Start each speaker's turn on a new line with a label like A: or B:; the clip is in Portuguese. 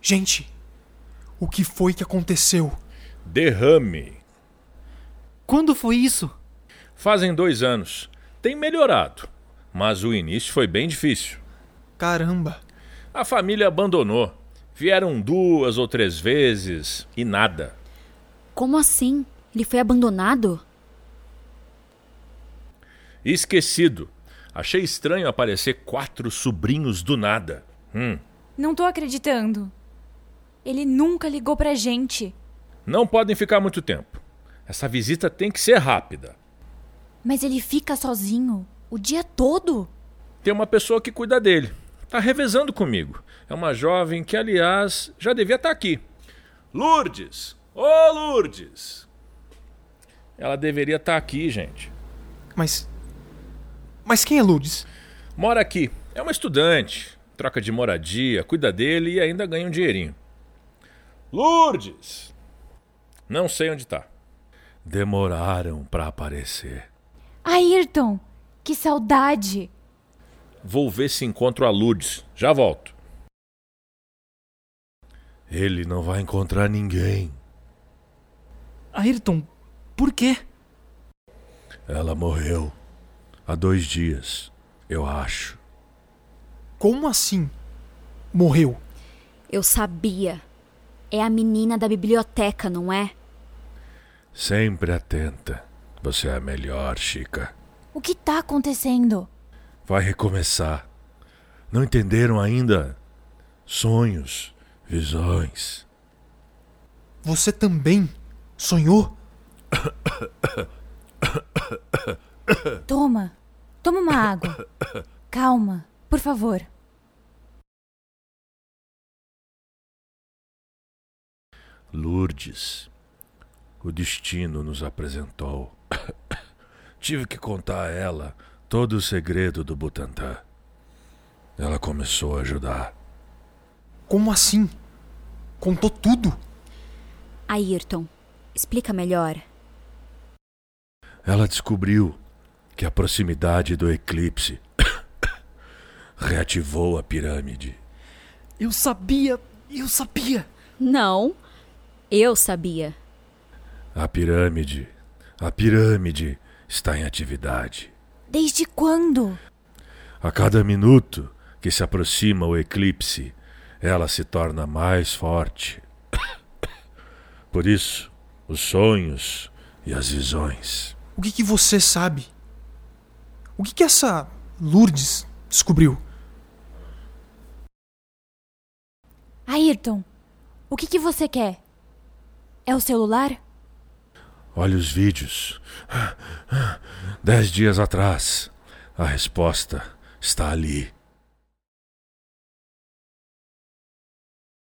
A: Gente, o que foi que aconteceu?
B: Derrame.
C: Quando foi isso?
B: Fazem dois anos. Tem melhorado, mas o início foi bem difícil.
A: Caramba,
B: A família abandonou. Vieram duas ou três vezes e nada.
D: Como assim? Ele foi abandonado?
B: Esquecido. Achei estranho aparecer quatro sobrinhos do nada. Hum,
E: Não tô acreditando. Ele nunca ligou pra gente.
B: não podem ficar muito tempo. Essa visita tem que ser rápida.
E: Mas ele fica sozinho o dia todo?
B: Tem uma pessoa que cuida dele. Tá revezando comigo. É uma jovem que, aliás, já devia estar aqui. Lourdes! Ô, Lourdes! Ela deveria estar aqui, gente.
A: mas. Mas quem é Lourdes?
B: Mora aqui. É uma estudante. Troca de moradia, cuida dele e ainda ganha um dinheirinho. Lourdes! Não sei onde tá. Demoraram pra aparecer.
E: Ayrton, que saudade!
B: Vou ver se encontro a Lourdes. Já volto. Ele não vai encontrar ninguém.
C: Ayrton, por quê?
B: Ela morreu. Há dois dias, eu acho.
A: Como assim? Morreu.
D: Eu sabia. É a menina da biblioteca, não é?
B: Sempre atenta. Você é a melhor, Chica.
E: O que tá acontecendo?
B: Vai recomeçar. Não entenderam ainda? Sonhos, visões.
A: Você também sonhou?
E: Toma, toma uma água. Calma, por favor.
B: Lourdes, o destino nos apresentou. Tive que contar a ela todo o segredo do Butantã. Ela começou a ajudar.
A: Como assim? Contou tudo?
D: Ayrton, explica melhor.
B: Ela descobriu que a proximidade do eclipse reativou a pirâmide.
C: Eu sabia, eu sabia.
D: Não, eu sabia.
B: A pirâmide, a pirâmide está em atividade.
E: Desde quando?
B: A cada minuto que se aproxima o eclipse, ela se torna mais forte. Por isso, os sonhos e as visões.
A: O que, que você sabe? O que, que essa Lourdes descobriu?
E: Ayrton, o que, que você quer? É o celular?
B: Olhe os vídeos. Dez dias atrás, a resposta está ali.